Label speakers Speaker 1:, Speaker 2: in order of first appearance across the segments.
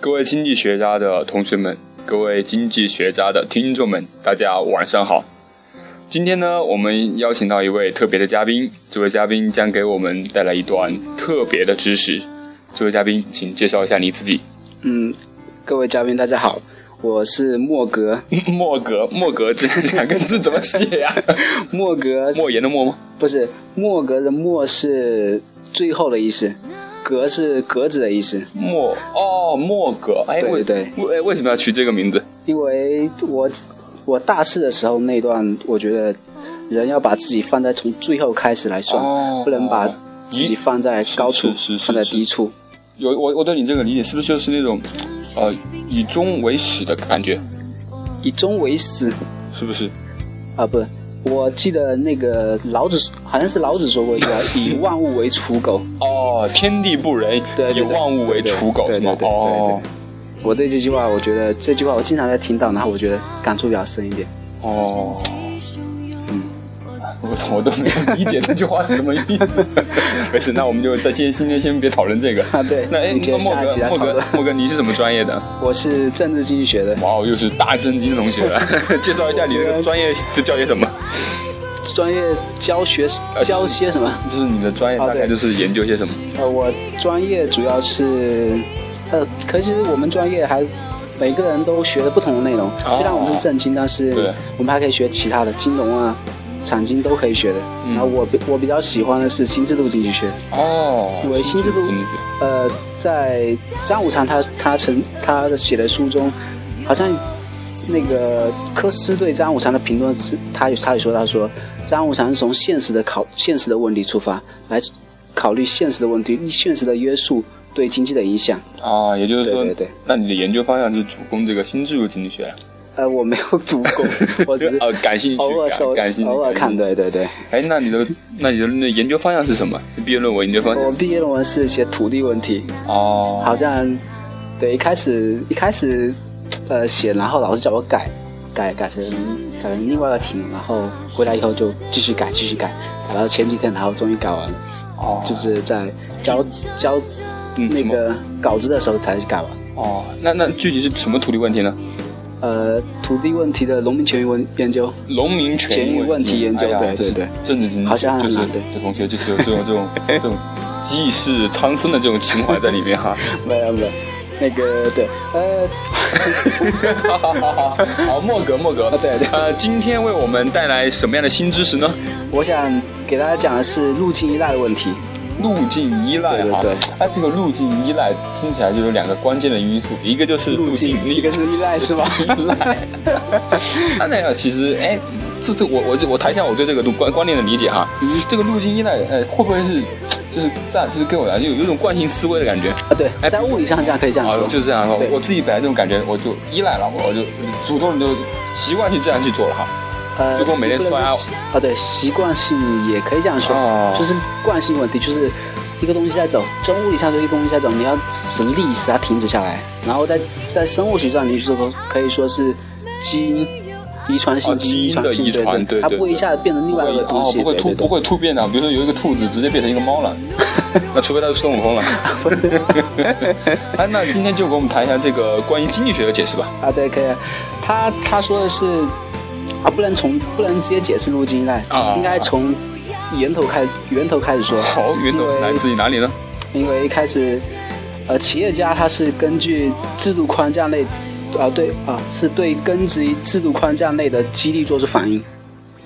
Speaker 1: 各位经济学家的同学们，各位经济学家的听众们，大家晚上好。今天呢，我们邀请到一位特别的嘉宾，这位嘉宾将给我们带来一段特别的知识。这位嘉宾，请介绍一下你自 己。
Speaker 2: 嗯，各位嘉宾大家好，我是莫格，
Speaker 1: 莫格，莫格这两个字怎么写呀、
Speaker 2: 莫格
Speaker 1: 莫言的莫吗？
Speaker 2: 不是莫格的莫是最后的意思，格是格子的意思，
Speaker 1: 莫哦，莫格。哎，
Speaker 2: 对
Speaker 1: 为
Speaker 2: 对
Speaker 1: 为为什么要取这个名字？
Speaker 2: 因为我我大四的时候那段，我觉得人要把自己放在从最后开始来算，
Speaker 1: 哦
Speaker 2: 不能把自己放在高处，
Speaker 1: 是是是是
Speaker 2: 放在低处。
Speaker 1: 有我我对你这个理解是不是就是那种，呃，以终为始的感觉，
Speaker 2: 以终为始
Speaker 1: 是不是？
Speaker 2: 啊，不，我记得那个老子好像是老子说过一句话，以万物为刍狗。
Speaker 1: 哦，天地不仁，
Speaker 2: 对对对
Speaker 1: 以万物为刍狗，
Speaker 2: 对对
Speaker 1: 是吗？
Speaker 2: 对对对
Speaker 1: 哦
Speaker 2: 我对这句话，我觉得这句话我经常在听到，然后我觉得感触比较深一点。
Speaker 1: 哦，嗯，我我都没有理解这句话是什么意 思。没事，那我们就在今天今天先别讨论这个。
Speaker 2: 啊，对，
Speaker 1: 那哎
Speaker 2: 我们，接
Speaker 1: 那
Speaker 2: 着
Speaker 1: 莫
Speaker 2: 下一
Speaker 1: 哥
Speaker 2: 期来，
Speaker 1: 莫
Speaker 2: 讨
Speaker 1: 哥
Speaker 2: 论。，
Speaker 1: 莫哥，你是什么专业的？
Speaker 2: 我是政治经济学的，
Speaker 1: 哇哦，又是大正经同学 了。介绍一下你的专业都叫些什么？
Speaker 2: 专业教学
Speaker 1: 啊
Speaker 2: 教些什么？
Speaker 1: 就是你的专业
Speaker 2: 哦
Speaker 1: 大概
Speaker 2: 对
Speaker 1: 就是研究些什么？
Speaker 2: 呃，我专业主要是，呃，可是我们专业还每个人都学的不同的内容。
Speaker 1: 哦
Speaker 2: 虽然我们是政经，但是
Speaker 1: 对
Speaker 2: 我们还可以学其他的金融啊、产经都可以学的。
Speaker 1: 嗯
Speaker 2: 然后我比我比较喜欢的是新制度经济学。
Speaker 1: 哦，
Speaker 2: 我新制度
Speaker 1: 真的是
Speaker 2: 呃，在张五常他他曾他写的书中，好像那个科斯对张五常的评论是，他有他有说到说，张五常是从现实的考现实的问题出发来考虑现实的问题，现实的约束对经济的影响。
Speaker 1: 啊，也就是说，
Speaker 2: 对对对
Speaker 1: 那你的研究方向是主攻这个新制度经济学，啊
Speaker 2: 呃，我没有读 过，我只
Speaker 1: 这
Speaker 2: 是
Speaker 1: 个呃感兴趣，
Speaker 2: 偶尔
Speaker 1: 感
Speaker 2: 手
Speaker 1: 感兴趣，
Speaker 2: 偶尔看，
Speaker 1: 的。
Speaker 2: 对对对。
Speaker 1: 哎，那你的那你的那研究方向是什么？毕业论文研究方
Speaker 2: 我
Speaker 1: 向？
Speaker 2: 毕业论文是写土地问题，
Speaker 1: 哦，
Speaker 2: 好像对一开始一开始呃写，然后老师叫我改，改改成改成另外的题目，然后回来以后就继续改继续改，改到前几天，然后终于改完了，
Speaker 1: 哦，
Speaker 2: 就是在交交
Speaker 1: 嗯
Speaker 2: 那
Speaker 1: 什么
Speaker 2: 个稿子的时候才改完。
Speaker 1: 哦，那那具体是什么土地问题呢？
Speaker 2: 呃，土地问题的农民权益问研究，
Speaker 1: 农民权
Speaker 2: 权益问题研究
Speaker 1: 哎呀
Speaker 2: 对对
Speaker 1: 这
Speaker 2: 对
Speaker 1: 政治经济
Speaker 2: 好像
Speaker 1: 就是
Speaker 2: 对
Speaker 1: 这同学就是有这种这种这种济世苍生的这种情怀在里面哈。
Speaker 2: 没有没有，那个对，呃，
Speaker 1: 好好好好，好莫格莫格，
Speaker 2: 哦 对对
Speaker 1: 呃，今天为我们带来什么样的新知识呢？
Speaker 2: 我想给大家讲的是路径依赖的问题。
Speaker 1: 路径依赖啊，
Speaker 2: 对对对
Speaker 1: 它这个路径依赖听起来就有两个关键的因素，一个就是路径，
Speaker 2: 一个是依 赖是吧？
Speaker 1: 依赖。那那个其实，哎，这这我我我谈一下我对这个路观观念的理解哈。这个路径依赖，哎，会不会是就是在就是跟我来就有一种惯性思维的感觉？
Speaker 2: 啊，对，
Speaker 1: 哎
Speaker 2: 在物理上这样可以这样
Speaker 1: 啊，
Speaker 2: 说，
Speaker 1: 就是这样哈
Speaker 2: 对。
Speaker 1: 我自己本来这种感觉，我就依赖了，我我就主动地就习惯去这样去做了哈。
Speaker 2: 呃，
Speaker 1: 就跟我每天
Speaker 2: 不能
Speaker 1: 刷牙
Speaker 2: 说习啊，对，习惯性也可以这样说，
Speaker 1: 哦
Speaker 2: 就是惯性问题，就是一个东西在走，从物理上说一个东西在走，你要使力使它停止下来，然后在在生物学上，你是否可以说是基因遗传性、
Speaker 1: 哦基因
Speaker 2: 遗传性
Speaker 1: 的遗传对
Speaker 2: 对，它
Speaker 1: 对
Speaker 2: 不会一下子变成另
Speaker 1: 不
Speaker 2: 外
Speaker 1: 会
Speaker 2: 一个东
Speaker 1: 哦，
Speaker 2: 西，
Speaker 1: 不会
Speaker 2: 对
Speaker 1: 突
Speaker 2: 对
Speaker 1: 不
Speaker 2: 对，
Speaker 1: 会突变的，比如说有一个兔子直接变成一个猫了，那除非它是孙悟空了。哎，那今天就给我们谈一下这个关于经济学的解释吧。
Speaker 2: 啊，对，可以啊，他他说的是啊，不能从不能直接解释路径依赖
Speaker 1: 啊，
Speaker 2: 应该从源头开源头开始说，
Speaker 1: 好，源头是来自于哪里呢？
Speaker 2: 因为一开始，呃，企业家他是根据制度框架内，啊、对啊、是对根植于制度框架内的激励做出反应。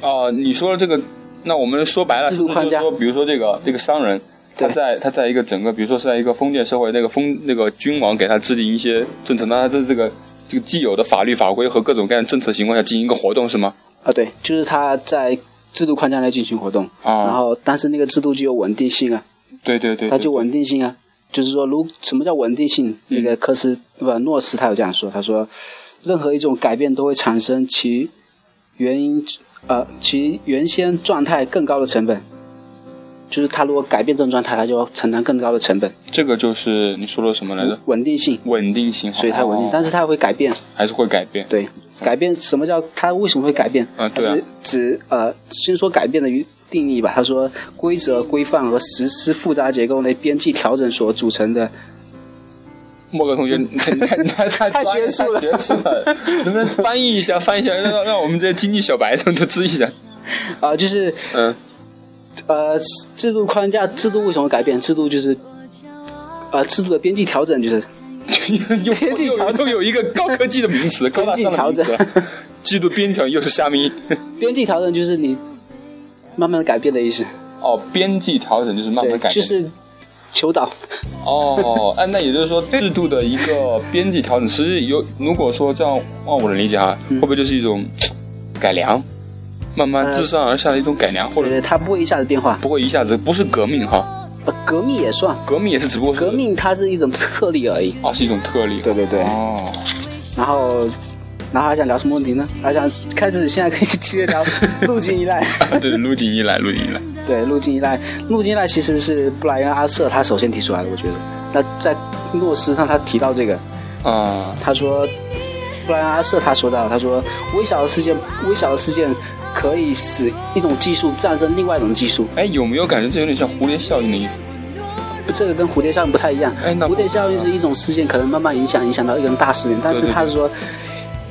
Speaker 1: 哦，你说的这个，那我们说白了，
Speaker 2: 制
Speaker 1: 是
Speaker 2: 度
Speaker 1: 不是
Speaker 2: 框
Speaker 1: 就
Speaker 2: 架
Speaker 1: 是说，比如说这个这个商人，他
Speaker 2: 对
Speaker 1: 在他在一个整个，比如说是在一个封建社会，那个封那个君王给他制定一些政策，那他在这个这个既有的法律法规和各种各样的政策情况下进行一个活动，是吗？
Speaker 2: 啊、对，就是他在制度框架内进行活动，
Speaker 1: 啊
Speaker 2: 然后但是那个制度具有稳定性啊，
Speaker 1: 对对对，
Speaker 2: 它
Speaker 1: 对嗯
Speaker 2: 就稳定性啊，就是说如什么叫稳定性？那个科斯不诺斯他有这样说，他说，任何一种改变都会产生其原因，呃，其原先状态更高的成本。就是他如果改变这种状态，他就要承担更高的成本。
Speaker 1: 这个就是你说的什么来着？
Speaker 2: 稳定性，
Speaker 1: 稳定性，
Speaker 2: 所以它稳定，
Speaker 1: 哦
Speaker 2: 但是它会改变。
Speaker 1: 还是会改变。
Speaker 2: 对，改变什么叫它为什么会改变？
Speaker 1: 嗯对啊
Speaker 2: 它是指呃，先说改变的定义吧。他说，规则、规范和实施复杂结构内边际调整所组成的
Speaker 1: 莫哥同学， 他他
Speaker 2: 太学术了
Speaker 1: 学术了，能不能翻译一下？翻译一下，让让我们这些经济小白都都知一下。
Speaker 2: 啊、就是
Speaker 1: 嗯
Speaker 2: 呃，制度框架制度为什么改变？制度就是呃，制度的边际调整就是
Speaker 1: 又
Speaker 2: 边境
Speaker 1: 又
Speaker 2: 调
Speaker 1: 又
Speaker 2: 整
Speaker 1: 又有一个高科技的名词，高大上的名
Speaker 2: 边境
Speaker 1: 词
Speaker 2: 调，
Speaker 1: 季度边条又是虾米。
Speaker 2: 边际调整就是你慢慢的改变的意思，
Speaker 1: 哦，边际调整就是慢慢
Speaker 2: 对
Speaker 1: 改，变，
Speaker 2: 就是求导，
Speaker 1: 哦，哎，那也就是说制度的一个边际调整，其实有如果说这样按我的理解哈，会不会就是一种改良，慢慢
Speaker 2: 嗯呃
Speaker 1: 自上而下的一种改良，或者
Speaker 2: 对，呃它不会一下子变化。
Speaker 1: 不会一下子不是革命哈，
Speaker 2: 呃，革命也算，
Speaker 1: 革命也是只不过是
Speaker 2: 革命它是一种特例而已。
Speaker 1: 哦是一种特例，
Speaker 2: 对对对
Speaker 1: 哦，
Speaker 2: 然后，然后还想聊什么问题呢？还想开始现在可以直接聊路径 依赖。
Speaker 1: 对，路径依赖，路径依赖，
Speaker 2: 对，路径依赖，路径依赖其实是布莱恩阿瑟他首先提出来的，我觉得。那在诺斯上他提到这个，
Speaker 1: 啊、
Speaker 2: 他说，布莱恩阿瑟他说到，他说微小的事件，微小的事件可以使一种技术战胜另外一种技术。
Speaker 1: 哎，有没有感觉这有点像蝴蝶效应的意思？
Speaker 2: 这个跟蝴蝶效应不太一样。
Speaker 1: 哎那不
Speaker 2: 蝴蝶效应是一种事件可能慢慢影响，影响到一种大事件，但是
Speaker 1: 对对
Speaker 2: 他是说，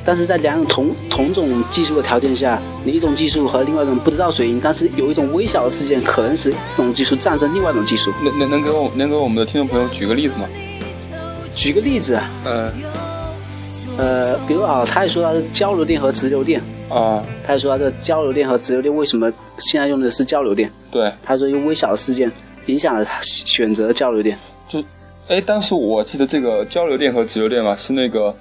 Speaker 2: 但是在两种同同种技术的条件下，你一种技术和另外一种不知道谁赢，但是有一种微小的事件可能使这种技术战胜另外一种技术。
Speaker 1: 能能能给我能给我们的听众朋友举个例子吗？
Speaker 2: 举个例子啊，
Speaker 1: 嗯、
Speaker 2: 呃，比如啊，他也说到是交流电和直流电，
Speaker 1: 啊，
Speaker 2: 他也说到这交流电和直流电为什么现在用的是交流电？
Speaker 1: 对，
Speaker 2: 他说一个微小的事件影响了他选择交流电。
Speaker 1: 就，哎，当时我记得这个交流电和直流电嘛，是那个，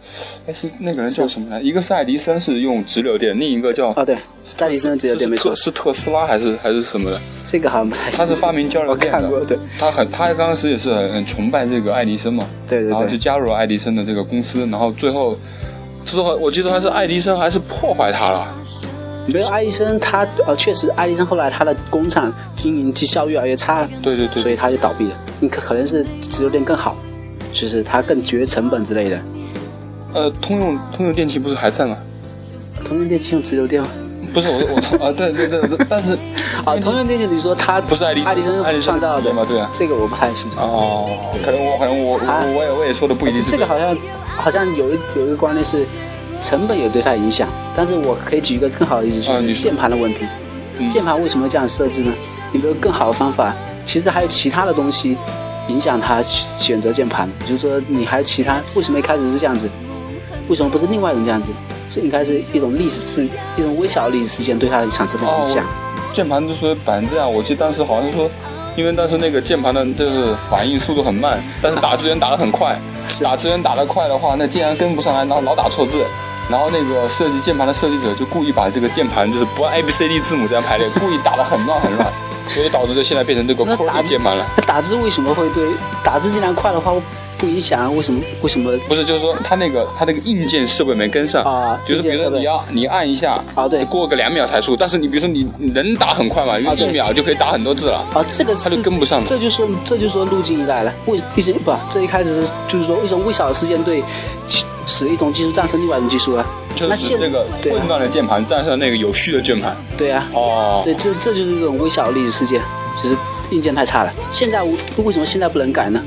Speaker 1: 哎，是那个人叫什么来？一个是爱迪生是用直流电，另一个叫
Speaker 2: 哦，对，戴理生的直流电
Speaker 1: 是
Speaker 2: 没错
Speaker 1: 特，是特斯拉还是还是什么的？
Speaker 2: 这个好像不太。
Speaker 1: 他是发明交流电
Speaker 2: 我看过
Speaker 1: 的
Speaker 2: 对，
Speaker 1: 他很他当时也是很很崇拜这个爱迪生嘛，
Speaker 2: 对对
Speaker 1: 然后就
Speaker 2: 对，
Speaker 1: 加入了爱迪生的这个公司，然后最后。最后，我记得还是爱迪生还是破坏他了，
Speaker 2: 没有爱迪生他呃，确实爱迪生后来他的工厂经营绩效越来越差了，
Speaker 1: 对对对
Speaker 2: 所以他就倒闭了。你可可能是直流电更好，就是它更节约成本之类的。
Speaker 1: 呃，通用通用电气不是还在吗？
Speaker 2: 通用电器用直流电吗？
Speaker 1: 不是我我 啊，对对对，对但是
Speaker 2: 啊，通用电器你说它
Speaker 1: 嗯不是爱迪
Speaker 2: 爱迪
Speaker 1: 生爱迪
Speaker 2: 生
Speaker 1: 生
Speaker 2: 创造
Speaker 1: 直
Speaker 2: 的
Speaker 1: 接嘛对啊
Speaker 2: 这个我不太清楚。
Speaker 1: 哦，可能我可能我
Speaker 2: 啊
Speaker 1: 我我也我也说的不一定是
Speaker 2: 这
Speaker 1: 对的
Speaker 2: 个好像好像有一有一个观念是成本有对它影响，但是我可以举一个更好的例子，
Speaker 1: 啊
Speaker 2: 就是
Speaker 1: 你说
Speaker 2: 键盘的问题。
Speaker 1: 嗯
Speaker 2: 键盘为什么这样设置呢？有没有更好的方法？其实还有其他的东西影响他选择键盘，比如说你还有其他为什么一开始是这样子，为什么不是另外一种这样子？是应该是一种历史事，一种微小的历史事件对它产生了影响。
Speaker 1: 哦键盘之所以摆成这样，我记得当时好像说，因为当时那个键盘的就是反应速度很慢，但是打字员打得很快，
Speaker 2: 是
Speaker 1: 打字员打得快的话，那竟然跟不上来，然后老打错字。然后那个设计键盘的设计者就故意把这个键盘就是不按 A B C D 字母这样排列，故意打得很乱很乱，所以导致就现在变成这个
Speaker 2: 那
Speaker 1: QWERTY
Speaker 2: 打字
Speaker 1: 键盘了。
Speaker 2: 那打字为什么会对打字竟然快的话不影响啊？为什么为什么
Speaker 1: 不是，就是说它那个它那个硬件设备没跟上
Speaker 2: 啊
Speaker 1: 就是比如
Speaker 2: 硬件
Speaker 1: 说
Speaker 2: 设备
Speaker 1: 你要你按一下
Speaker 2: 啊对
Speaker 1: 过个两秒才出，但是你比如说你你能打很快嘛，因为
Speaker 2: 啊对
Speaker 1: 一秒就可以打很多字了。
Speaker 2: 啊，这个是
Speaker 1: 他就跟不上了
Speaker 2: 这就说这就说路径依赖了。为一些不，这一开始是就是说一种微小的事件对其使一种技术战胜另外一种技术啊。
Speaker 1: 就
Speaker 2: 那
Speaker 1: 是
Speaker 2: 现
Speaker 1: 这个
Speaker 2: 对
Speaker 1: 混
Speaker 2: 啊，
Speaker 1: 乱的键盘战胜那个有序的键盘。
Speaker 2: 对啊，
Speaker 1: 哦，
Speaker 2: 对，这这就是一种微小的历史事件，就是硬件太差了。现在我为什么现在不能改呢？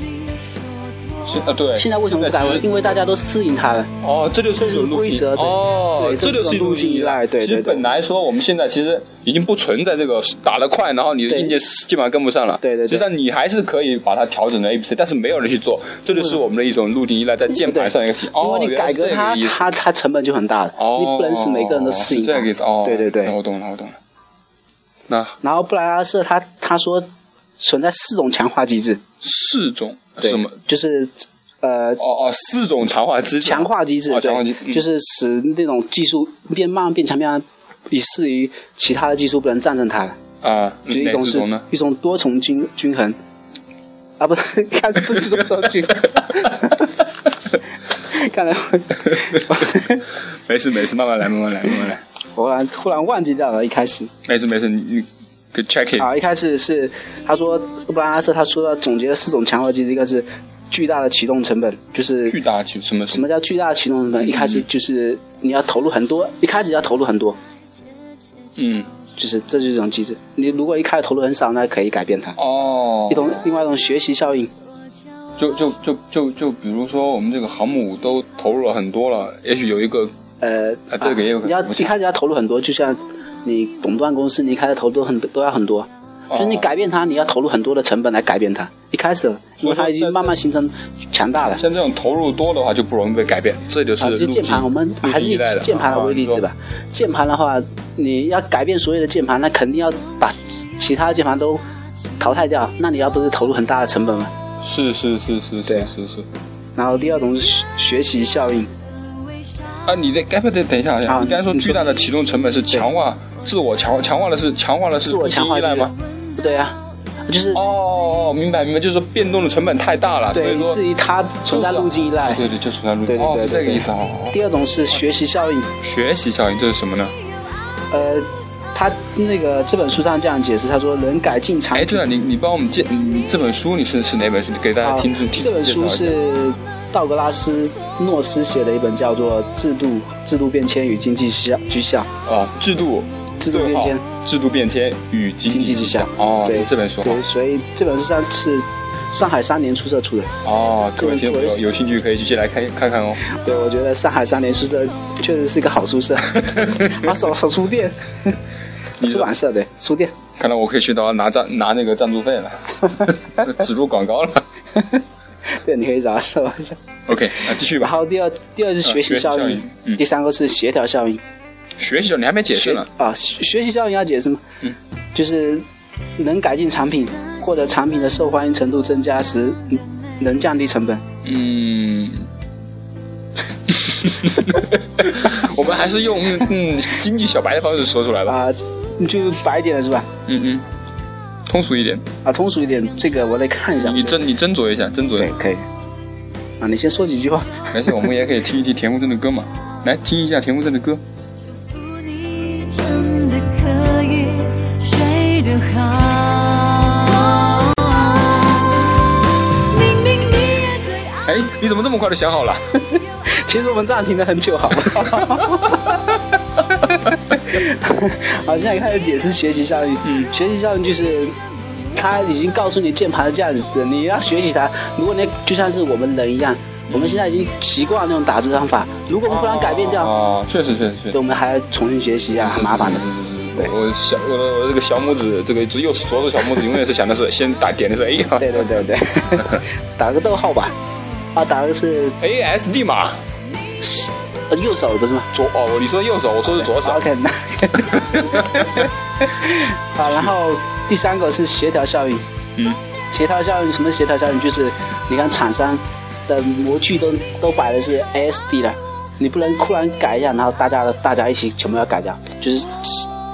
Speaker 1: 是啊，对。
Speaker 2: 现在为什么不改
Speaker 1: 现在？其实
Speaker 2: 因为大家都适应它了。
Speaker 1: 哦，这就是一种路
Speaker 2: 规
Speaker 1: 径
Speaker 2: 则对
Speaker 1: 哦
Speaker 2: 对，
Speaker 1: 这
Speaker 2: 这
Speaker 1: 就是一种
Speaker 2: 路径依赖对
Speaker 1: 其实
Speaker 2: 对对
Speaker 1: 本来说我们现在其实已经不存在这个打得快，然后你的
Speaker 2: 对
Speaker 1: 硬件基本上跟不上了。
Speaker 2: 对对对
Speaker 1: 实际上你还是可以把它调整成 A B C，但是没有人去做，这就是我们的一种路径依赖在键盘上一个体。
Speaker 2: 嗯因
Speaker 1: 哦，
Speaker 2: 为你
Speaker 1: 原来
Speaker 2: 改
Speaker 1: 是
Speaker 2: 革
Speaker 1: 这
Speaker 2: 它
Speaker 1: 个意，思。
Speaker 2: 它它成本就很大了，
Speaker 1: 哦，
Speaker 2: 你不能使每个人都适应
Speaker 1: 是这个
Speaker 2: 它
Speaker 1: 意思哦。
Speaker 2: 对对对
Speaker 1: 那我懂了，我懂了。那
Speaker 2: 然后布莱恩阿瑟他他说存在四种强化机制，
Speaker 1: 四种
Speaker 2: 对
Speaker 1: 什么？
Speaker 2: 就是呃
Speaker 1: 哦哦，四种强化之
Speaker 2: 强化机制，
Speaker 1: 哦
Speaker 2: 对，
Speaker 1: 强化机嗯
Speaker 2: 就是使那种技术变慢变强变慢，以至于其他的技术不能战胜它了。
Speaker 1: 啊，
Speaker 2: 就是一
Speaker 1: 哪
Speaker 2: 种
Speaker 1: 四
Speaker 2: 是
Speaker 1: 种呢？
Speaker 2: 一种多重均均衡，啊不， 看这不是多重均衡， 看来我
Speaker 1: 没事没事，慢慢来，慢慢来，慢慢来。
Speaker 2: 我忽然忽然忘记掉了，一开始
Speaker 1: 没事没事，你你给 check it。
Speaker 2: 啊，一开始是他说布莱恩阿瑟他说了总结了四种强化机制，一个是巨大的启动成本，就是
Speaker 1: 巨大起什么什
Speaker 2: 什么
Speaker 1: 么？
Speaker 2: 叫巨大的启动成本？一开始就是你要投入很多，一开始要投入很多，
Speaker 1: 嗯，
Speaker 2: 就是这就是一种机制。你如果一开始投入很少，那可以改变它。
Speaker 1: 哦
Speaker 2: 一，种另外一种学习效应，
Speaker 1: 就就就就就比如说我们这个航母都投入了很多了，也许有一个
Speaker 2: 呃，
Speaker 1: 啊这个也有可
Speaker 2: 你要
Speaker 1: 能不
Speaker 2: 一
Speaker 1: 行
Speaker 2: 开始要投入很多，就像你垄断公司，你一开始投入很都要很多，就是你
Speaker 1: 哦
Speaker 2: 改变它，你要投入很多的成本来改变它。一开始，因为它
Speaker 1: 所以说在
Speaker 2: 已经慢慢形成强大了。
Speaker 1: 像这种投入多的话就不容易被改变，这就是
Speaker 2: 啊，
Speaker 1: 路
Speaker 2: 就
Speaker 1: 径。
Speaker 2: 键盘，我们
Speaker 1: 路
Speaker 2: 还是
Speaker 1: 径
Speaker 2: 以
Speaker 1: 依赖的
Speaker 2: 键盘来
Speaker 1: 啊
Speaker 2: 为例子吧。键盘的话，你要改变所有的键盘，那肯定要把其他的键盘都淘汰掉。那你要不是投入很大的成本吗？
Speaker 1: 你说是是是是
Speaker 2: 对
Speaker 1: 是是是。
Speaker 2: 然后第二种是学学习效应，
Speaker 1: 啊，你的该不对，等一下，
Speaker 2: 啊
Speaker 1: 你刚才说
Speaker 2: 你
Speaker 1: 巨大的启动成本是强化自我强化，强化的是强化的是
Speaker 2: 自我强化
Speaker 1: 路
Speaker 2: 就
Speaker 1: 径依
Speaker 2: 是
Speaker 1: 赖吗？？
Speaker 2: 对啊，就是
Speaker 1: 哦哦，哦明白明白，就是说变动的成本太大了，所
Speaker 2: 对
Speaker 1: 以说
Speaker 2: 至于它存在路径依赖。
Speaker 1: 对对，就存在路
Speaker 2: 对
Speaker 1: 径，
Speaker 2: 对
Speaker 1: 哦，
Speaker 2: 对
Speaker 1: 是这个
Speaker 2: 对
Speaker 1: 意思哦。
Speaker 2: 第二种是学习效应，
Speaker 1: 学习效应这是什么呢？
Speaker 2: 呃，他那个这本书上这样解释，他说能改进产
Speaker 1: 哎，
Speaker 2: 品。
Speaker 1: 对了，你你帮我们介，你这本书你是是哪本书？给大家
Speaker 2: 啊
Speaker 1: 听听听
Speaker 2: 这本书
Speaker 1: 介绍一下
Speaker 2: 是道格拉斯诺斯写的一本叫做《制度制度变迁与经济效绩效》。
Speaker 1: 啊，制度
Speaker 2: 制度变迁
Speaker 1: 对号制度变迁与经
Speaker 2: 经济
Speaker 1: 济
Speaker 2: 绩
Speaker 1: 绩
Speaker 2: 效
Speaker 1: 效哦，
Speaker 2: 对
Speaker 1: 这本书好
Speaker 2: 对，所以这本书上是上海三联出社出的。
Speaker 1: 哦，各位
Speaker 2: 这
Speaker 1: 听
Speaker 2: 本
Speaker 1: 众朋友
Speaker 2: 书
Speaker 1: 有兴趣可以去借来看看看哦。
Speaker 2: 对，我觉得上海三联出社确实是一个好 宿舍，啊，手手书店，
Speaker 1: 你
Speaker 2: 出版社对书店。
Speaker 1: 看来我可以去到拿赞拿那个赞助费 了，植入广告了。
Speaker 2: 对，你可以找他搜一下。
Speaker 1: OK，那继续
Speaker 2: 然
Speaker 1: 吧。
Speaker 2: 后第二，第二是学习
Speaker 1: 学习
Speaker 2: 效
Speaker 1: 效
Speaker 2: 应
Speaker 1: 应，嗯
Speaker 2: 第三个是协调效应。
Speaker 1: 学习者你还没解释
Speaker 2: 学
Speaker 1: 呢，
Speaker 2: 啊，学学习效应要解释吗？
Speaker 1: 嗯，
Speaker 2: 就是能改进产品或者产品的受欢迎程度增加时，嗯能降低成本。
Speaker 1: 嗯。 我们还是用嗯嗯经济小白的方式说出来吧，
Speaker 2: 啊、就白一点了是吧？
Speaker 1: 嗯嗯，通俗一点，
Speaker 2: 啊，通俗一点，这个我得看一下。
Speaker 1: 你斟你斟酌一下，斟酌一
Speaker 2: 对
Speaker 1: 下，，
Speaker 2: 可以。啊，你先说几句话。
Speaker 1: 而且我们也可以听一听田馥甄的歌嘛，来听一下田馥甄的歌，
Speaker 3: 祝你真的可以睡得好。明明你也最爱
Speaker 1: 哎，你怎么这么快就想好 了？
Speaker 2: 其实我们暂停了很 久，好吗？好，现在开始解释学习效应。
Speaker 1: 嗯
Speaker 2: 学习效应就是它已经告诉你键盘的价值，你要学习它。如果你就像是我们人一
Speaker 1: 嗯
Speaker 2: 样，我们现在已经习惯那种打字方法，如果我们忽然改变掉，
Speaker 1: 哦，嗯确实确实确
Speaker 2: 对，
Speaker 1: 实，
Speaker 2: 我们还要重新 学习啊，很麻烦的。对
Speaker 1: 我小我的我的这个小拇指，这个右手左手小拇指永远是想的是先打点的是 A 啊
Speaker 2: 对对 对对，打个逗号吧。啊，打的是
Speaker 1: ，A S D 嘛，
Speaker 2: 呃右手不是吗？
Speaker 1: 左哦，你说右手，我说是左手，
Speaker 2: OK，那 好，然后第三个是协调效应。
Speaker 1: 嗯，
Speaker 2: 协调效应什么协调效应？就是你看厂商的模具都都摆的是 ASD 了，你不能突然改一下，然后大家大家一起全部要改掉，就是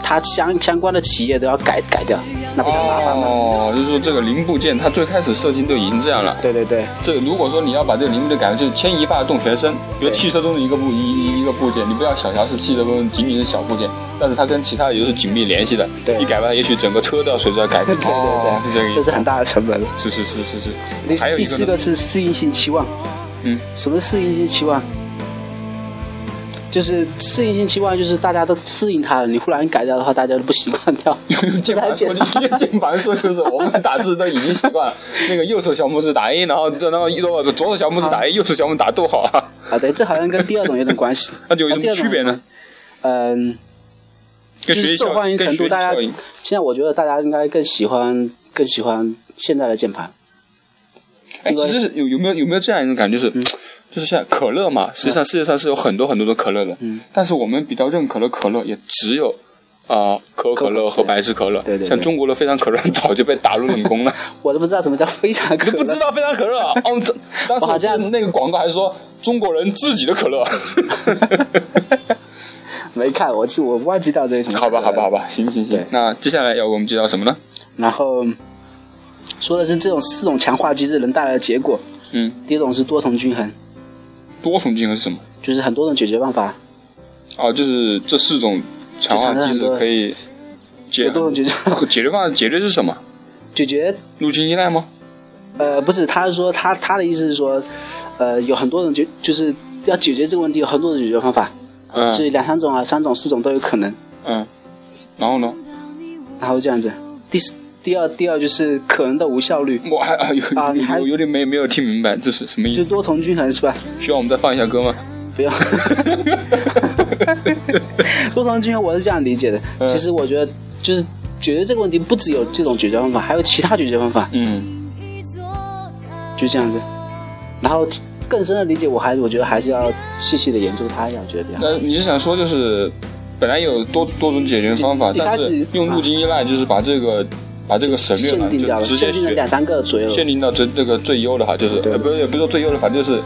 Speaker 2: 它相相关的企业都要改改掉，那不是很麻烦吗？
Speaker 1: 哦，就是说这个零部件它最开始设计都已经这样了。
Speaker 2: 对对对，
Speaker 1: 这个如果说你要把这个零部件改，就是牵一发动全身。比如
Speaker 2: 对
Speaker 1: 汽车中的一个部一一一个部件，你不要小瞧是汽车中仅仅是小部件，但是它跟其他的又是紧密联系的。
Speaker 2: 对
Speaker 1: 一改完，也许整个车都要随之而改变。
Speaker 2: 对对对，
Speaker 1: 哦是这个意思。
Speaker 2: 这是很大的成本了。
Speaker 1: 是是是是
Speaker 2: 第
Speaker 1: 还有
Speaker 2: 第
Speaker 1: 一
Speaker 2: 四
Speaker 1: 个
Speaker 2: 个
Speaker 1: 呢，
Speaker 2: 是适应性期望。
Speaker 1: 嗯，
Speaker 2: 什么是适应性期望？就是适应性期望，就是大家都适应它了，你忽然改掉的话，大家都不习惯 掉。
Speaker 1: 键盘 说就键盘说就是我们打字都已经习惯了， 那个右手小拇指打 A，然后然后右左手小拇指打 A，右手小拇指打逗号啊，
Speaker 2: 啊，对，这好像跟第二种有点关系
Speaker 1: 。那就有什么区别
Speaker 2: 啊？
Speaker 1: 呢？
Speaker 2: 第二种嗯，
Speaker 1: 跟学
Speaker 2: 就是
Speaker 1: 习
Speaker 2: 受
Speaker 1: 效
Speaker 2: 欢迎
Speaker 1: 应，跟
Speaker 2: 程
Speaker 1: 学
Speaker 2: 度，
Speaker 1: 习
Speaker 2: 大家
Speaker 1: 效应。
Speaker 2: 现在我觉得大家应该更喜欢更喜欢现在的键盘。
Speaker 1: 哎，其实是有有没有有没有这样一种感觉，就是、就是像可乐嘛，实际上世界上是有很多很多的可乐的，
Speaker 2: 嗯
Speaker 1: 但是我们比较认可的可乐也只有。啊、可口可乐和百事可乐，
Speaker 2: 对对对
Speaker 1: 像中国的非常可乐早就被打入冷 宫了，
Speaker 2: 我都不知道什么叫非常可
Speaker 1: 都不知
Speaker 2: 乐。
Speaker 1: 道非常可乐啊。 哦，这当时
Speaker 2: 我好
Speaker 1: 我记得
Speaker 2: 像
Speaker 1: 那个广告还说中国人自己的可 乐，
Speaker 2: 没看，我记我忘记掉这一种。
Speaker 1: 好吧，好吧，好。吧，行行行
Speaker 2: 对。
Speaker 1: 那接下来要为我们介绍什么呢？
Speaker 2: 然后说的是这种四种强化机制能带来的结果。
Speaker 1: 嗯，
Speaker 2: 第一种是多重均衡，
Speaker 1: 多重均衡是什么？
Speaker 2: 就是很多种解决办法，
Speaker 1: 哦，就是这四种强化机制可以解嗯
Speaker 2: 有多种解决
Speaker 1: 解决方案，解决是什么？
Speaker 2: 解决。
Speaker 1: 路径依赖吗？
Speaker 2: 呃，不是，他是说他他的意思是说，呃，有很多种解，就是要解决这个问题，有很多种解决方法，
Speaker 1: 嗯
Speaker 2: 所以两三种啊、三种、四种都有可能。
Speaker 1: 嗯，然后呢？
Speaker 2: 然后这样子，第四第二第二就是可能的无效率，
Speaker 1: 我还啊有
Speaker 2: 啊你还
Speaker 1: 有有点没没有听明白这是什么意
Speaker 2: 就
Speaker 1: 思？
Speaker 2: 多重均衡是吧？
Speaker 1: 需要我们再放一下歌吗？
Speaker 2: 不要。多重均衡我是这样理解的，
Speaker 1: 嗯
Speaker 2: 其实我觉得就是解决这个问题不只有这种解决方法，还有其他解决方法，
Speaker 1: 嗯，
Speaker 2: 就这样子。然后更深的理解，我还我觉得还是要细细的研究它一下，我觉得比较好。
Speaker 1: 那你是想说就是本来有多多种解决方法，
Speaker 2: 一开
Speaker 1: 但
Speaker 2: 始
Speaker 1: 是用路径依赖就是把这个把这个省略
Speaker 2: 限
Speaker 1: 了，
Speaker 2: 定掉
Speaker 1: 就
Speaker 2: 了，
Speaker 1: 直
Speaker 2: 限
Speaker 1: 接
Speaker 2: 定了
Speaker 1: 学
Speaker 2: 两三个左右。
Speaker 1: 限定到最这个最优的哈，就是
Speaker 2: 对
Speaker 1: 呃不是也不是说最优的，反正就是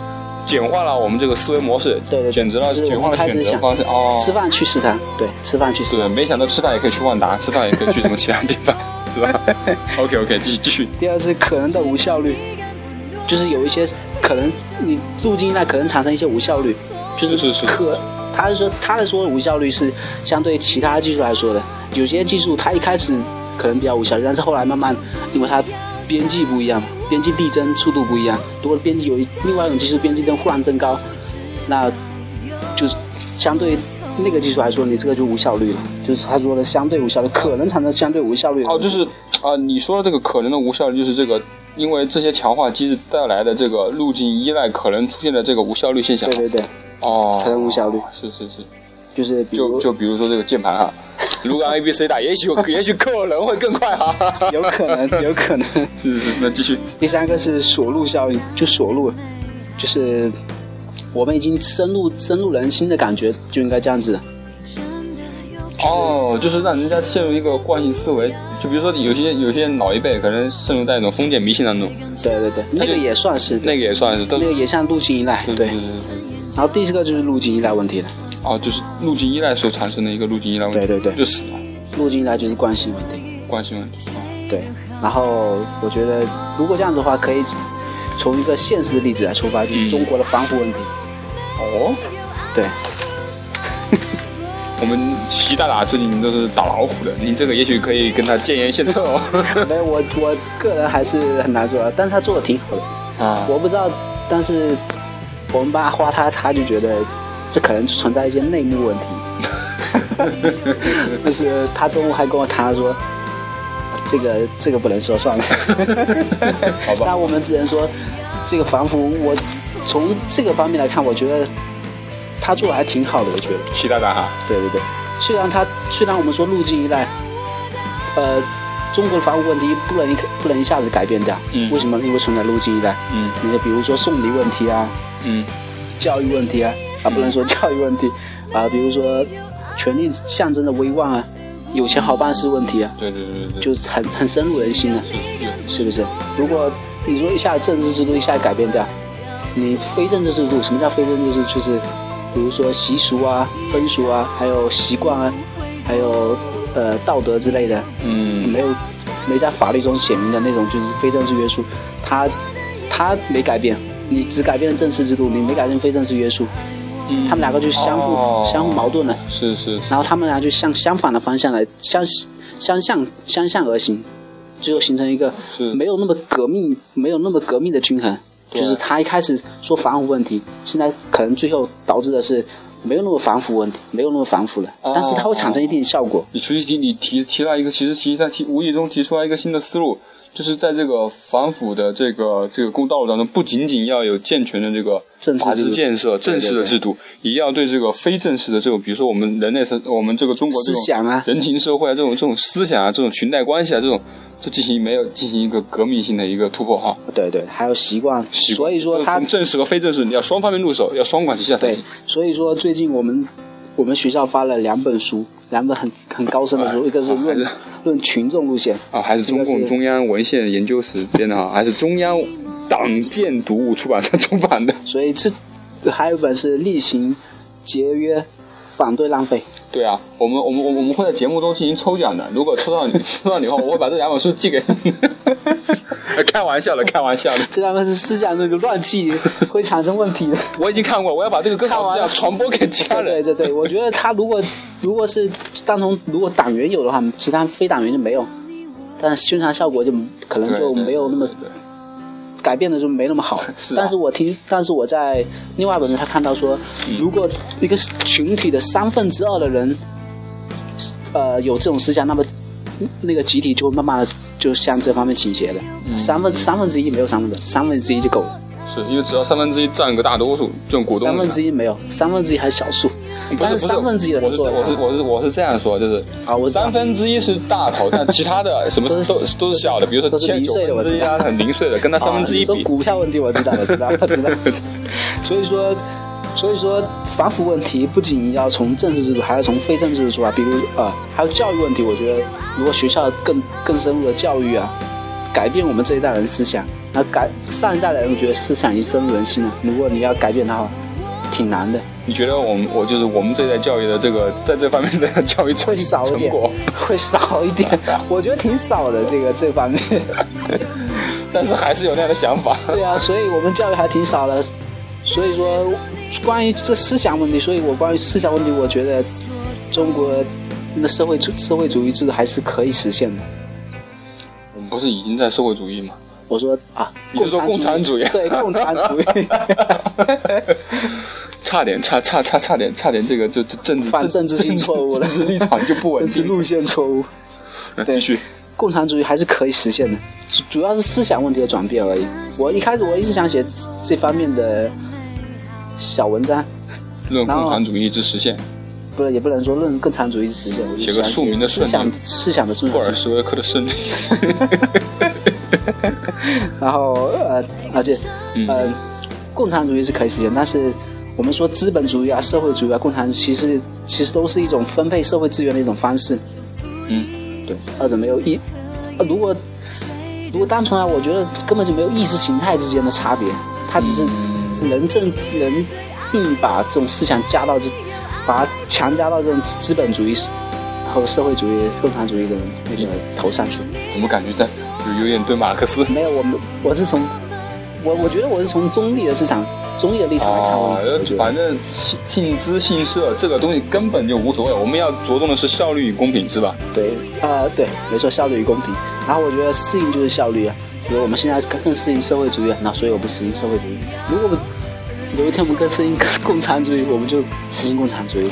Speaker 1: 简化了我们这个思维模式，
Speaker 2: 对对对
Speaker 1: 简直了
Speaker 2: 就是我
Speaker 1: 简
Speaker 2: 们
Speaker 1: 化了
Speaker 2: 开
Speaker 1: 选
Speaker 2: 始
Speaker 1: 择
Speaker 2: 想
Speaker 1: 方式哦。
Speaker 2: 吃饭去食堂，对，吃饭去食
Speaker 1: 对，
Speaker 2: 堂。
Speaker 1: 没想到吃饭也可以去万达，吃饭也可以去什么其他地方，是吧 ？OK OK，继续继续，
Speaker 2: 第二是可能的无效率，就是有一些可能你路径依赖可能产生一些无效率，就是
Speaker 1: 是是
Speaker 2: 可他是说他的说无效率是相对其他技术来说的，有些技术它一开始可能比较无效率，但是后来慢慢因为它边际不一样，边际递增速度不一样，如果边际有一另外一种技术边际增忽然增高，那就是相对。那个技术来说，你这个就无效率了，就是他说的相对无效率，可能产生相对无效率的
Speaker 1: 哦，就是啊、你说的这个可能的无效率，就是这个因为这些强化机制带来的这个路径依赖可能出现的这个无效率现象。
Speaker 2: 对对对，
Speaker 1: 哦，
Speaker 2: 才能无效率
Speaker 1: 是是是，
Speaker 2: 就是比
Speaker 1: 就
Speaker 2: 如
Speaker 1: 就比如说这个键盘哈，如果 A B C 打，也许我也许扣人会更快啊 哈。
Speaker 2: 有可能， 有可能。
Speaker 1: 是是是，那继续。
Speaker 2: 第三个是锁路效应，就锁路，就是我们已经深入深入人心的感觉，就应该这样子。
Speaker 1: 哦，就是让人家陷入一个惯性思维，就比如说有些有些老一辈可能陷入在一种封建迷信当中，
Speaker 2: 对对对，那个也算是，
Speaker 1: 那个嗯也算是，但
Speaker 2: 那
Speaker 1: 是
Speaker 2: 个也像路径依赖。对
Speaker 1: 对，对。
Speaker 2: 然后第四个就是路径依赖问题了。
Speaker 1: 哦，就是路径依赖所产生的一个路径依赖问题，
Speaker 2: 对对对
Speaker 1: 就是
Speaker 2: 路径依赖就是惯性问题。
Speaker 1: 关系问题。
Speaker 2: 对，然后我觉得如果这样子的话，可以从一个现实的例子来出发，就是
Speaker 1: 嗯
Speaker 2: 中国的防护问题。
Speaker 1: 哦，
Speaker 2: 对，
Speaker 1: 我们习大大最近都是打老虎的，您这个也许可以跟他建言献策 哦。
Speaker 2: 没有我我个人还是很难做到，但是他做的挺好的。
Speaker 1: 啊，
Speaker 2: 我不知道，但是我们爸花他，他就觉得这可能存在一些内幕 问题。就是他中午还跟我谈说，这个这个不能说算了。
Speaker 1: 好吧
Speaker 2: 那我们只能说，这个防腐，我从这个方面来看，我觉得他做的还挺好的，我觉得。
Speaker 1: 习大大哈，
Speaker 2: 对对对，虽然他虽然我们说路径依赖，呃，中国的防务问题不能一不能一下子改变掉，
Speaker 1: 嗯
Speaker 2: 为什么？因为存在路径依赖，
Speaker 1: 嗯
Speaker 2: 你的比如说送礼问题啊，
Speaker 1: 嗯，
Speaker 2: 教育问题啊，啊不能说教育问题，啊比如说权力象征的威望啊，有钱好办事问题啊，
Speaker 1: 对对对对对，
Speaker 2: 就很很深入人心的、
Speaker 1: 是是
Speaker 2: 是不是？如果你说一下政治制度一下改变掉，你非政治制度，什么叫非政治制度？就是比如说习俗啊、风俗啊，还有习惯啊，还有呃道德之类的，
Speaker 1: 嗯
Speaker 2: 没有没在法律中写明的那种，就是非政治约束，它它没改变，你只改变了政治制度，你没改变非政治约束，
Speaker 1: 嗯，
Speaker 2: 他们两个就相互、
Speaker 1: 哦
Speaker 2: 相互矛盾了，
Speaker 1: 是是是，
Speaker 2: 然后他们俩就向相反的方向来相相向相向而行，最后形成一个
Speaker 1: 是
Speaker 2: 没有那么革命没有那么革命的均衡，
Speaker 1: 对
Speaker 2: 就是他一开始说反腐问题，现在可能最后导致的是没有那么反腐问题，没有那么反腐了，
Speaker 1: 哦
Speaker 2: 但是它会产生一定的效果。
Speaker 1: 你其实提你提提到一个，其实其实在提无意中提出来一个新的思路，就是在这个反腐的这个这个公道路当中，不仅仅要有健全的这个
Speaker 2: 政治
Speaker 1: 法治
Speaker 2: 制度
Speaker 1: 建设、正式的
Speaker 2: 对对
Speaker 1: 制度，也要对这个非正式的这种，比如说我们人类社、我们这个中国这
Speaker 2: 思想
Speaker 1: 种
Speaker 2: 啊
Speaker 1: 人情社会啊、这种这种思想啊、这种裙带关系啊、这种，这进行没有进行一个革命性的一个突破哈。
Speaker 2: 对对，还有习惯，
Speaker 1: 习
Speaker 2: 所以说
Speaker 1: 就是
Speaker 2: 他
Speaker 1: 从正式和非正式，你要双方面入手，要双管齐下才
Speaker 2: 对
Speaker 1: 行。，
Speaker 2: 所以说最近我们我们学校发了两本书，两本很很高深的书，
Speaker 1: 哎
Speaker 2: 一个是
Speaker 1: 啊还
Speaker 2: 论
Speaker 1: 是
Speaker 2: 论群众路线，
Speaker 1: 啊，还是中
Speaker 2: 这个
Speaker 1: 共
Speaker 2: 是
Speaker 1: 中央文献研究室编的哈，啊还是中央党建读物出版社 出版的。
Speaker 2: 所以这还有一本是例行节约，反对浪费。
Speaker 1: 对啊，我们我们我们我们会在节目中进行抽奖的。如果抽到你 抽到你的话，我会把这两本书寄给你。哎开玩笑的，开玩笑的，
Speaker 2: 这两本是思想那个乱纪会产生问题的。
Speaker 1: 我已经看过了，我要把这个歌
Speaker 2: 看
Speaker 1: 稿
Speaker 2: 完
Speaker 1: 是
Speaker 2: 了
Speaker 1: 要传播给
Speaker 2: 对
Speaker 1: 家
Speaker 2: 对
Speaker 1: 人。
Speaker 2: 对对，我觉得他如果如果是当从如果党员有的话，其他非党员就没有，但宣传效果就可能就没有那么
Speaker 1: 对对对
Speaker 2: 改变的就没那么好。
Speaker 1: 是啊
Speaker 2: 但是我听，但是我在另外一本书他看到说，如果一个群体的三分之二的人，呃，有这种思想，那么那个集体就会慢慢的就向这方面倾斜的。三分三分之一没有三分之三分之一就够了，
Speaker 1: 是因为只要三分之一占个大多数，这种股东
Speaker 2: 三分之
Speaker 1: 一
Speaker 2: 一没有，三分之一还是小数，
Speaker 1: 哎不
Speaker 2: 但
Speaker 1: 是不是
Speaker 2: 三分之一的啊
Speaker 1: 我
Speaker 2: 人
Speaker 1: 是
Speaker 2: 做
Speaker 1: 我是
Speaker 2: 得到
Speaker 1: 我是我是这样说，就是
Speaker 2: 啊，我知道
Speaker 1: 三分之一是大头，但其他的什么
Speaker 2: 都
Speaker 1: 都
Speaker 2: 是
Speaker 1: 是都是小的，比如说
Speaker 2: 都是
Speaker 1: 千
Speaker 2: 零
Speaker 1: 九
Speaker 2: 碎的
Speaker 1: 分
Speaker 2: 我
Speaker 1: 之
Speaker 2: 知
Speaker 1: 一
Speaker 2: 道
Speaker 1: 啊，很零碎的，跟它三分之一
Speaker 2: 啊你说
Speaker 1: 比，
Speaker 2: 股票问题我知道，我知道，我知 道。所以说，所以说反腐问题不仅要从政治制度，还要从非政治制度出发，比如啊、呃还有教育问题。我觉得，如果学校更更深入的教育啊，改变我们这一代人思想，那改上一代的人，我觉得思想已经深入人心了。如果你要改变的话，挺难的，
Speaker 1: 你觉得我们我就是我们这一代教育的这个在这方面的教育成
Speaker 2: 会少一
Speaker 1: 成
Speaker 2: 点
Speaker 1: 果，，
Speaker 2: 会少一点。我觉得挺少的，这个这方面。
Speaker 1: 但是还是有那样的想法。
Speaker 2: 对啊，所以我们教育还挺少的，所以说关于这思想问题，所以我关于思想问题，我觉得中国的社会主社会主义制度还是可以实现的。
Speaker 1: 我们不是已经在社会主义吗？
Speaker 2: 我说啊，
Speaker 1: 你是说
Speaker 2: 义？对，共产主义，
Speaker 1: 差点，差差差差点，差点这个就就政治
Speaker 2: 反政治性错误了
Speaker 1: 政治立场 就不稳
Speaker 2: 这是
Speaker 1: 定。
Speaker 2: 路线错误。
Speaker 1: 来
Speaker 2: 对
Speaker 1: 继续，
Speaker 2: 共产主义还是可以实现的，主主要是思想问题的转变而已。我一开始我一直想写这方面的小文章，
Speaker 1: 论
Speaker 2: 然后
Speaker 1: 共产主义之实现，
Speaker 2: 不也不能说论共产主义实现，我就
Speaker 1: 写个
Speaker 2: 想
Speaker 1: 庶民的
Speaker 2: 思想
Speaker 1: 顺利
Speaker 2: 思想的重要
Speaker 1: 霍尔
Speaker 2: 性。
Speaker 1: 什维克的胜利。
Speaker 2: 然后呃，而且
Speaker 1: 嗯
Speaker 2: 呃，共产主义是可以实现，但是我们说资本主义啊、社会主义啊、共产主义，其实其实都是一种分配社会资源的一种方式。
Speaker 1: 嗯，
Speaker 2: 二者没有意，呃如果如果单纯啊，我觉得根本就没有意识形态之间的差别，它只是人正人硬把这种思想加到这，把它强加到这种资本主义然后社会主义、共产主义的那个头上去。
Speaker 1: 怎么感觉在有有点对马克思？
Speaker 2: 没有，我们我是从我我觉得我是从中立的市场、中立的立场来看
Speaker 1: 哦
Speaker 2: 问题。，
Speaker 1: 反正信信资信社这个东西根本就无所谓，我们要着重的是效率与公平，是吧？
Speaker 2: 对，呃，对，没错，效率与公平。然后我觉得适应就是效率啊，比如我们现在更更适应社会主义，啊那所以我们实行社会主义。如果我们有一天我们更适应共产主义，我们就实行共产主义。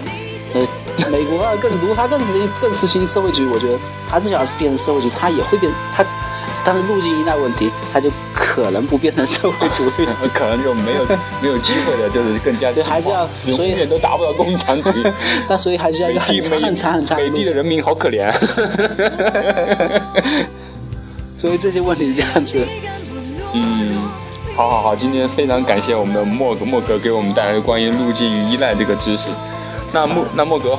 Speaker 1: 嗯
Speaker 2: 呃，美国啊，更如果他更实行更实行社会主义，我觉得他至少是变成社会主义，他也会变他，但是路径依赖问题，他就可能不变成社会主 义。
Speaker 1: 可能就没有没有机会的，就是更加
Speaker 2: 对还是要
Speaker 1: 只永
Speaker 2: 所以
Speaker 1: 远都达不到共产主义。
Speaker 2: 那所以还 是要一
Speaker 1: 美
Speaker 2: 个很
Speaker 1: 帝
Speaker 2: 长很长很长
Speaker 1: 美
Speaker 2: 路
Speaker 1: 帝的
Speaker 2: 程
Speaker 1: 人民好可怜啊。
Speaker 2: 所以这些问题是这样 子的。
Speaker 1: 嗯，好好好，今天非常感谢我们的莫格莫格给我们带来关于路径依赖这个知识。那莫那莫格，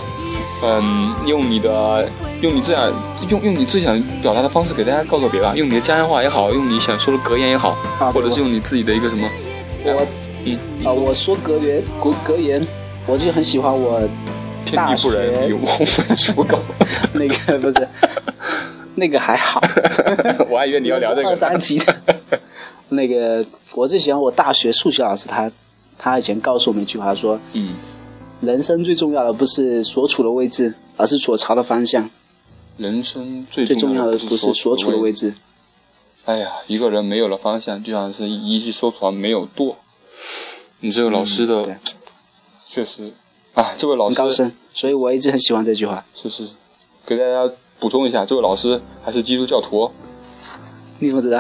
Speaker 1: 嗯，用你的用你最想用用你最想表达的方式给大家告个别吧，用你的家乡话也好，用你想说的格言也好，
Speaker 2: 啊
Speaker 1: 或者是
Speaker 2: 我
Speaker 1: 用你自己的一个什么，
Speaker 2: 我
Speaker 1: 嗯，
Speaker 2: 啊、我说格言格格言，我就很喜欢我
Speaker 1: 天
Speaker 2: 大
Speaker 1: 地不仁，
Speaker 2: 学
Speaker 1: 有我们刍狗。
Speaker 2: 那个 不是那个还 好，
Speaker 1: 我还以为你要聊这
Speaker 2: 二三
Speaker 1: 个。
Speaker 2: 级的。 那个我最喜欢我大学数学老师他他以前告诉我们一句话说，
Speaker 1: 嗯，
Speaker 2: 人生最重要的不是所处的位置，而是所朝的方向。
Speaker 1: 人生最
Speaker 2: 最重要的不
Speaker 1: 不
Speaker 2: 是所处的
Speaker 1: 置
Speaker 2: 位置。
Speaker 1: 哎呀，一个人没有了方向，就像是一具艘船没有舵。你这个老师的、
Speaker 2: 嗯对
Speaker 1: 确实啊，这位老
Speaker 2: 很高
Speaker 1: 师
Speaker 2: 深，所以我一直很喜欢这句话。
Speaker 1: 是是，给大家补充一下，这位老师还是基督教徒哦。
Speaker 2: 你怎么知道？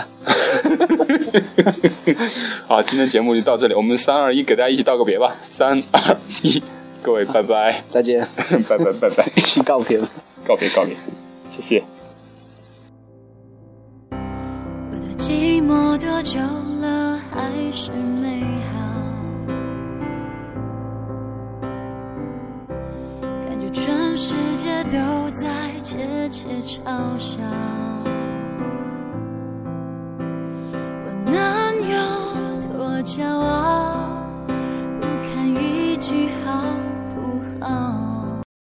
Speaker 1: 好，今天节目就到这里，我们三二一，给大家一起道个别吧，三二一，各位拜拜，
Speaker 2: 再见，
Speaker 1: 拜拜拜拜，
Speaker 2: 一起告别吧。
Speaker 1: 告别告别，谢谢。
Speaker 3: 我的寂寞多久了，还是美好？感觉全世界都在窃窃嘲笑。我能有多骄傲？